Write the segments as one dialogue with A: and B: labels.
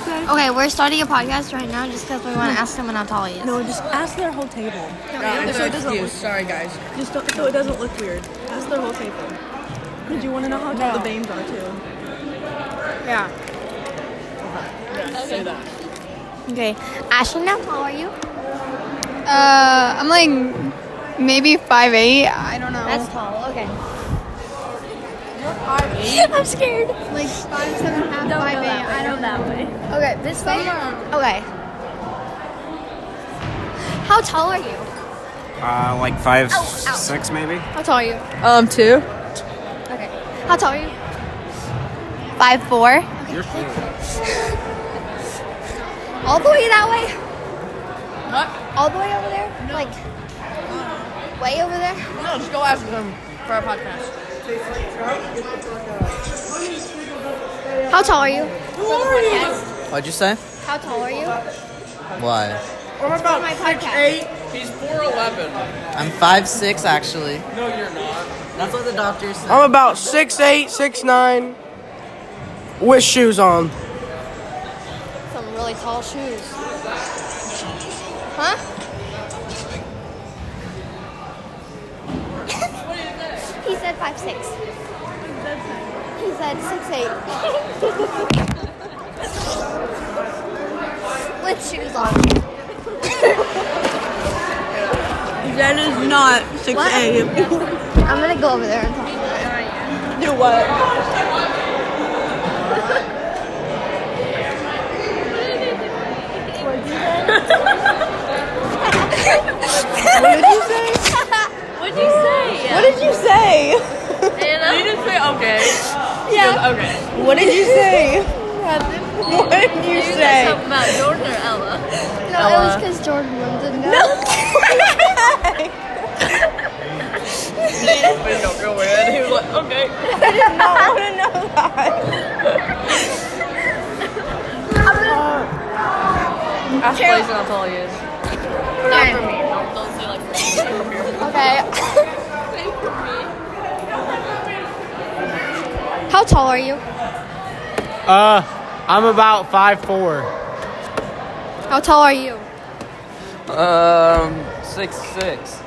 A: Okay, we're starting a podcast right now just because we want to ask someone how tall he is.
B: No, just ask their whole table.
C: Yeah, it's
B: so
C: an
B: it doesn't
C: excuse.
B: look,
C: Sorry, guys.
B: just don't, so it doesn't look weird. Ask their whole table. Because you want to know how tall the Bames are too.
A: Yeah.
B: Say that.
A: Okay, Ashley, now how are you?
D: Uh, I'm like maybe five eight. I don't know.
A: That's tall. Okay.
D: I'm scared. Like five seven, half, five eight. I don't know.
A: Okay, this way. Okay. How tall are you?
E: Uh, like five,
A: Ow, ow.
E: six maybe.
D: How tall are you?
C: Um, two.
A: Okay. How tall are you?
D: Five four.
E: You're fine.
A: All the way that way? What? All the way over there? Like, way over there?
C: No, just go ask them for our podcast.
A: How tall are you?
F: What'd you say?
A: How tall are you?
F: Why?
A: About my podcast.
F: I'm five six actually. No, you're not. That's what the doctor said.
C: I'm about six eight, six nine, with shoes on.
A: Some really tall shoes. Huh? he said five six. He said six eight. With shoes on.
B: That is not six eight.
A: I'm gonna go over there and talk.
B: Do what?
G: What'd you say?
B: What did you say?
G: Anna? You didn't say okay.
B: Yeah.
G: Okay.
B: What did you say? what did you
G: You guys
B: say?
G: talking about Jordan or Ella?
A: No, it was because Jordan wanted to know. No.
G: He was like, okay.
B: I want to know that.
C: Ask Blaze how tall he is.
G: Don't, don't say like that.
A: Okay. How tall are you?
H: Uh, I'm about five four.
A: How tall are you?
F: Um, six six.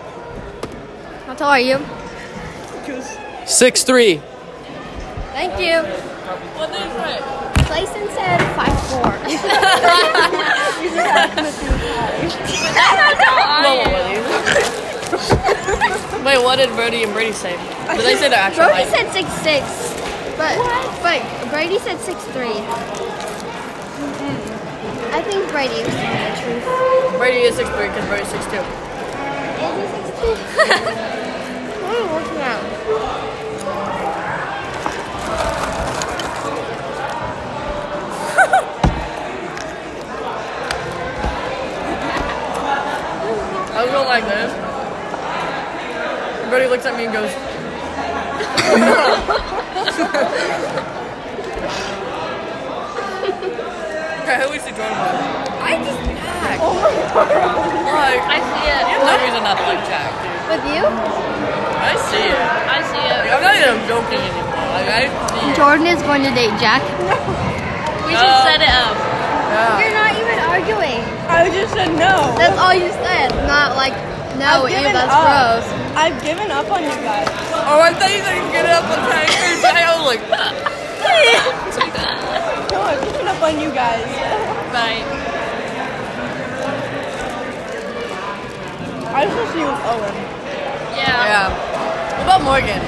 A: How tall are you?
C: Six three.
A: Thank you.
G: What did you say?
A: Clayson said five four.
G: Wait, what did Brody and Brady say? Did they say their actual
A: Brody said
G: height?
A: six six, but but Brady said six three. I think Brady was telling the truth.
G: Brady is 6'3 because Brody's 6'2.
A: Is he six three? What are you working out?
G: I was going like this. Brody looks at me and goes, Okay, who is he Jordan with? I just Jack. Oh my god. Like, I see it. You have no reason not to like Jack, dude.
A: With you?
G: I see it. I see it. Like, I'm not even joking anymore. Like, I see it.
A: Jordan is going to date Jack.
G: We should set it up.
I: um,
A: You're not even arguing.
B: I just said no. Oh,
A: That's all you said. Not like no, ew,
B: I've given
A: that's
B: up.
A: gross.
B: I've given up on you guys.
G: Oh, I thought you said you could get it up on time. I was like,
B: No, I've given up on you guys.
G: bye.
B: I was supposed to be with Owen.
G: Yeah. yeah. What about Morgan?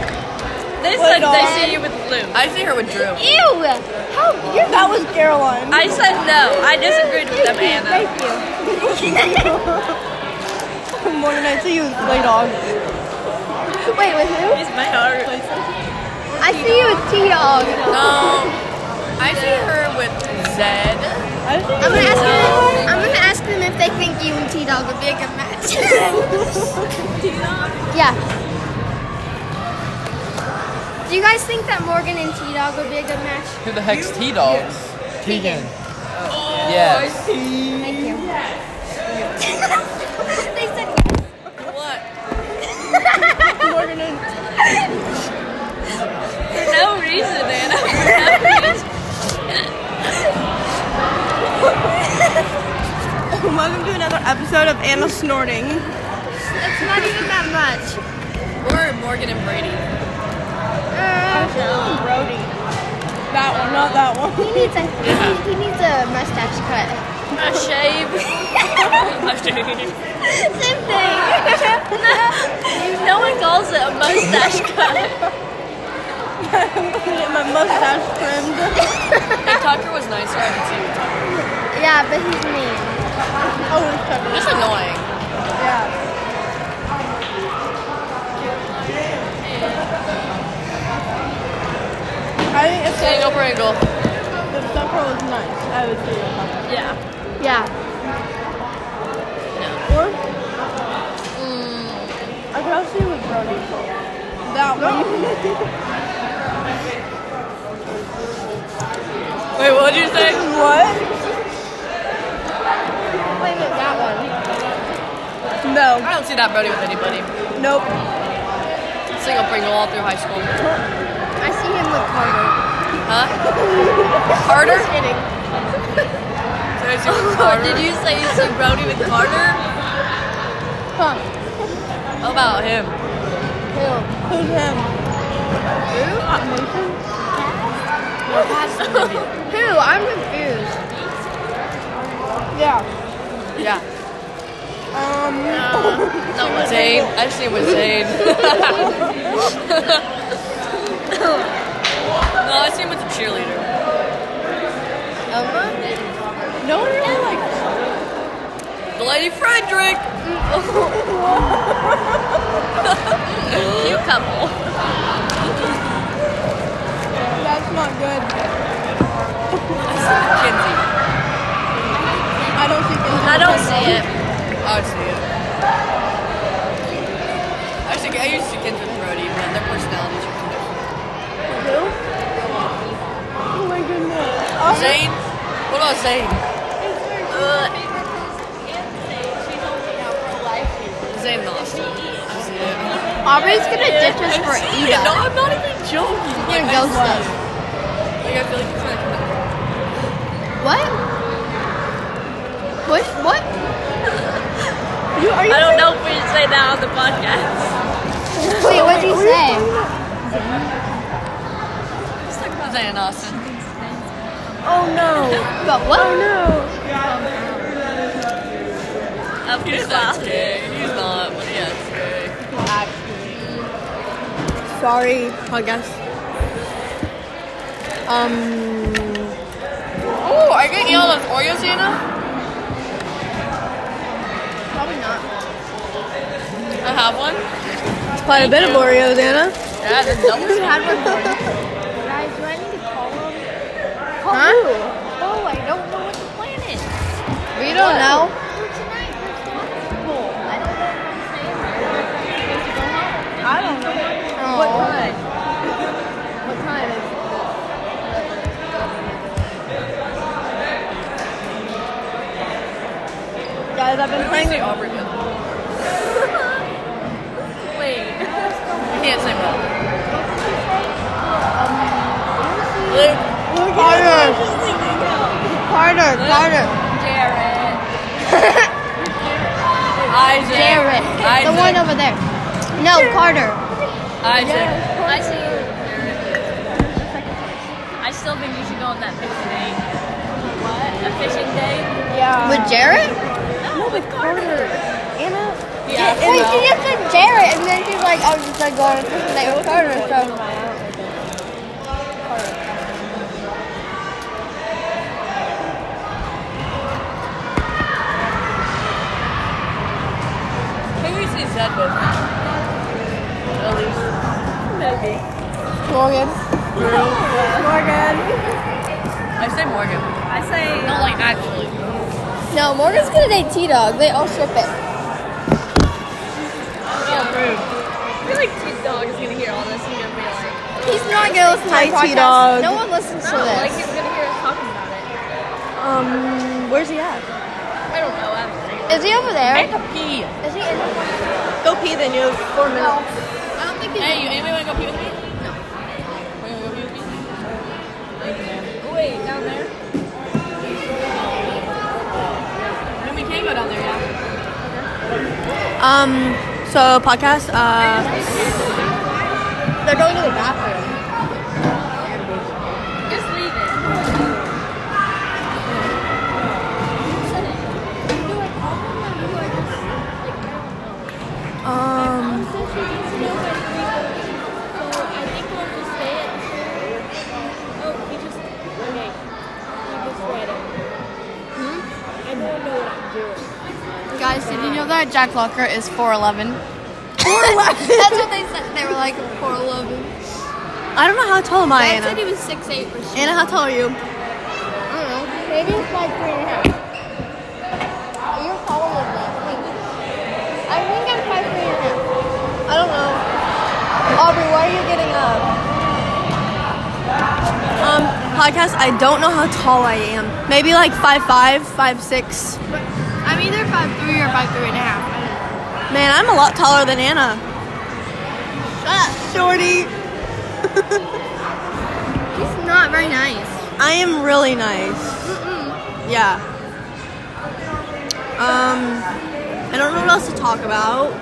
G: They
B: What
G: said they
B: dog?
G: see you with Lou. I see her with Drew.
A: Ew! How you're
B: That was Caroline.
G: I said no. I disagreed with them, Anna.
A: Thank you.
B: Morgan, I see you late August.
A: Wait, with who?
G: He's my heart.
A: I see you with T Dog.
G: Um, I see her with Zed.
B: I see
A: I'm
B: you
A: gonna ask them. I'm gonna ask them if they think you and T Dog would be a good match. T Dog. Yeah. Do you guys think that Morgan and T Dog would be a good match?
F: Who the heck's T Dog?
H: Tegan.
F: Yes.
A: Thank you. they said
G: What?
B: Morgan and
G: For no reason, Anna.
B: welcome to another episode of Anna Snorting.
A: It's not even that much.
G: Or Morgan and Brady.
B: Brody. That one, not that one.
A: He needs a he, he needs a mustache cut.
G: A shave.
A: Same thing.
G: no one calls it a mustache cut.
B: Get my mustache trimmed.
G: Hey, Tucker was nicer. I could see you. Tucker.
A: Yeah, but he's mean.
B: Oh, it's covered.
G: Just annoying.
B: Yeah. I think if
G: Saying over angle.
B: the supper was nice, I would do it.
G: Yeah.
A: Yeah.
B: Or? I could also do with Brody. That one.
G: Wait, what did you say?
B: what?
A: Wait, wait, that one.
B: No.
G: I don't see that Brody with anybody.
B: Nope.
G: Single Pringle all through high school.
A: I see him with Carter.
G: Huh? Carter?
A: Just kidding.
G: Did I see with Carter? Did you say you see Brody with Carter?
A: Huh.
G: How about him?
B: Who's him?
A: Who? I'm confused.
B: Yeah.
G: Yeah.
B: Um,
G: Not with Zayn. I've seen with Zayn. no, I've seen with the cheerleader.
B: no one really like.
G: The Lady Frederick! Cute couple.
B: That's not good.
G: Kinsey.
B: I don't think. it's-
G: I don't see it. I see it. Actually, I used to kids with Brody, but their personalities are too different.
B: Oh my goodness. Oh,
G: Zayn? What about Zayn? Uh, Zayn lost it. I see it.
A: Aubrey's gonna ditch us for
G: Yeah,
A: Ida.
G: No, I'm not even joking.
A: You're
G: Like, I
A: ghost
G: swear.
A: us.
G: Like, I feel like it's not coming.
A: What? What? What?
B: you, are you
G: I don't know if we should say that on the podcast.
A: Wait, what'd you say?
G: Let's talk about Zayn Austin.
A: Oh, But what?
G: Of he's not gay. He's not, but he is gay.
B: Sorry, podcast.
G: Oh, are you gonna eat all those Oreos, Anna?
A: Probably not.
G: I have one.
B: Quite a bit of Oreos, Anna.
G: Yeah, there's double.
A: Had one before. Guys, do I need to call him? Call who? Oh, I don't know what the plan is.
D: We don't know.
A: For tonight, for tomorrow. I don't know what I'm saying.
B: I don't know.
A: What time? What time is it?
B: Guys, I've been playing.
G: Say Aubrey good. Wait. I can't say that. Luke,
C: Carter, Carter, Carter.
G: Isaac,
A: Jared.
G: Isaac,
A: The one over there. No, Carter.
G: Isaac.
I: I see you. I still think you should go on that fishing day. What? A fishing day?
A: With Jared?
I: No, with Carter.
G: Yeah,
A: Wait, she just said Jared, and then she's like, oh, she's like going to this night with Carter, so.
G: Who is his dad with? Elise.
B: Morgan. Morgan.
G: I say Morgan.
I: I say. uh,
G: Not like actually.
A: No, Morgan's gonna date T Dog. They all ship it.
I: I feel like T Dog is gonna hear all this and gonna be like,
A: He's not gonna listen to
B: Hi,
A: my podcast.
B: T-Dog.
A: No one listens to
I: no,
A: this.
I: like he's gonna hear us talking about it.
B: Um, where's he at?
I: I don't know. I'm just
A: Is he over there? Is he in the
B: Go pee then. You have four minutes.
A: I don't think he's
G: Hey, you, anybody wanna go pee with me? No. Wanna go pee with me?
I: like, wait, down there.
G: No, we can't go
I: it on there, yeah.
B: Um, so podcast. Uh,
A: They're going to the bathroom.
I: Just leave it.
B: um,
D: Guys, did you know that Jack Locker is 4'11?
A: That's what they said. They were like, poor Logan.
B: I don't know how tall am I,
A: I said
B: Anna.
A: he was 6'8 for sure.
B: Anna, how tall are you?
A: I don't know. Maybe it's like three and a half. You're taller than that. Wait. I think I'm five three and a half. I don't know. Aubrey, why are you getting up?
B: Um, podcast. I don't know how tall I am. Maybe like five five, five six.
A: I'm either five three or five three and a half.
B: Man, I'm a lot taller than Anna. Shut up, shorty.
A: He's not very nice.
B: I am really nice. Yeah. Um, I don't know what else to talk about.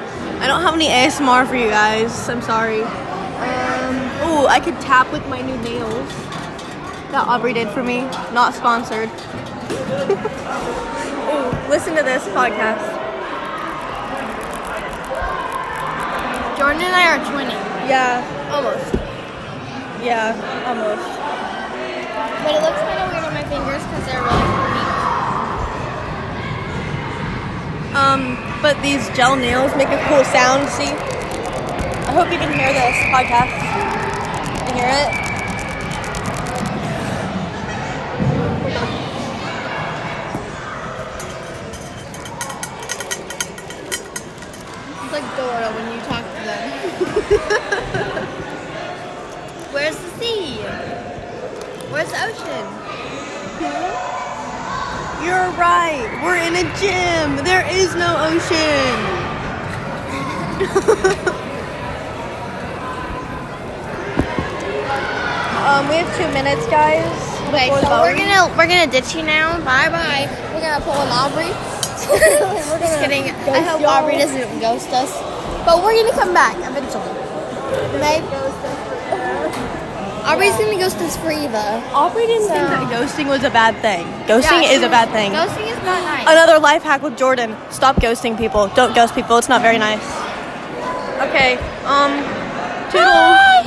B: I don't have any ASMR for you guys. I'm sorry. Um, oh, I could tap with my new nails that Aubrey did for me. Not sponsored. oh, listen to this podcast.
A: Jordan and I are twinning,
B: Yeah,
A: almost.
B: yeah, almost.
A: But it looks kind of weird on my fingers because they're really mean.
B: Um, but these gel nails make a cool sound. See, I hope you can hear this podcast. You hear it?
A: It's like Dora when you talk to them. Where's the sea? Where's the ocean?
B: You're right. We're in a gym. There is no ocean. um, we have two minutes, guys.
A: Okay,
B: before
A: so
B: the
A: we're
B: voting.
A: gonna we're gonna ditch you now. Bye bye. We're gonna pull an Aubrey. Just kidding. I hope Aubrey doesn't ghost us. But we're gonna come back eventually. Maybe. Aubrey's gonna ghost us for Eva.
B: Aubrey didn't think that ghosting was a bad thing. Ghosting
A: Yeah,
B: is a bad thing.
A: Ghosting is not nice.
B: Another life hack with Jordan: stop ghosting people. Don't ghost people. It's not very nice. Okay. Um. Toodles.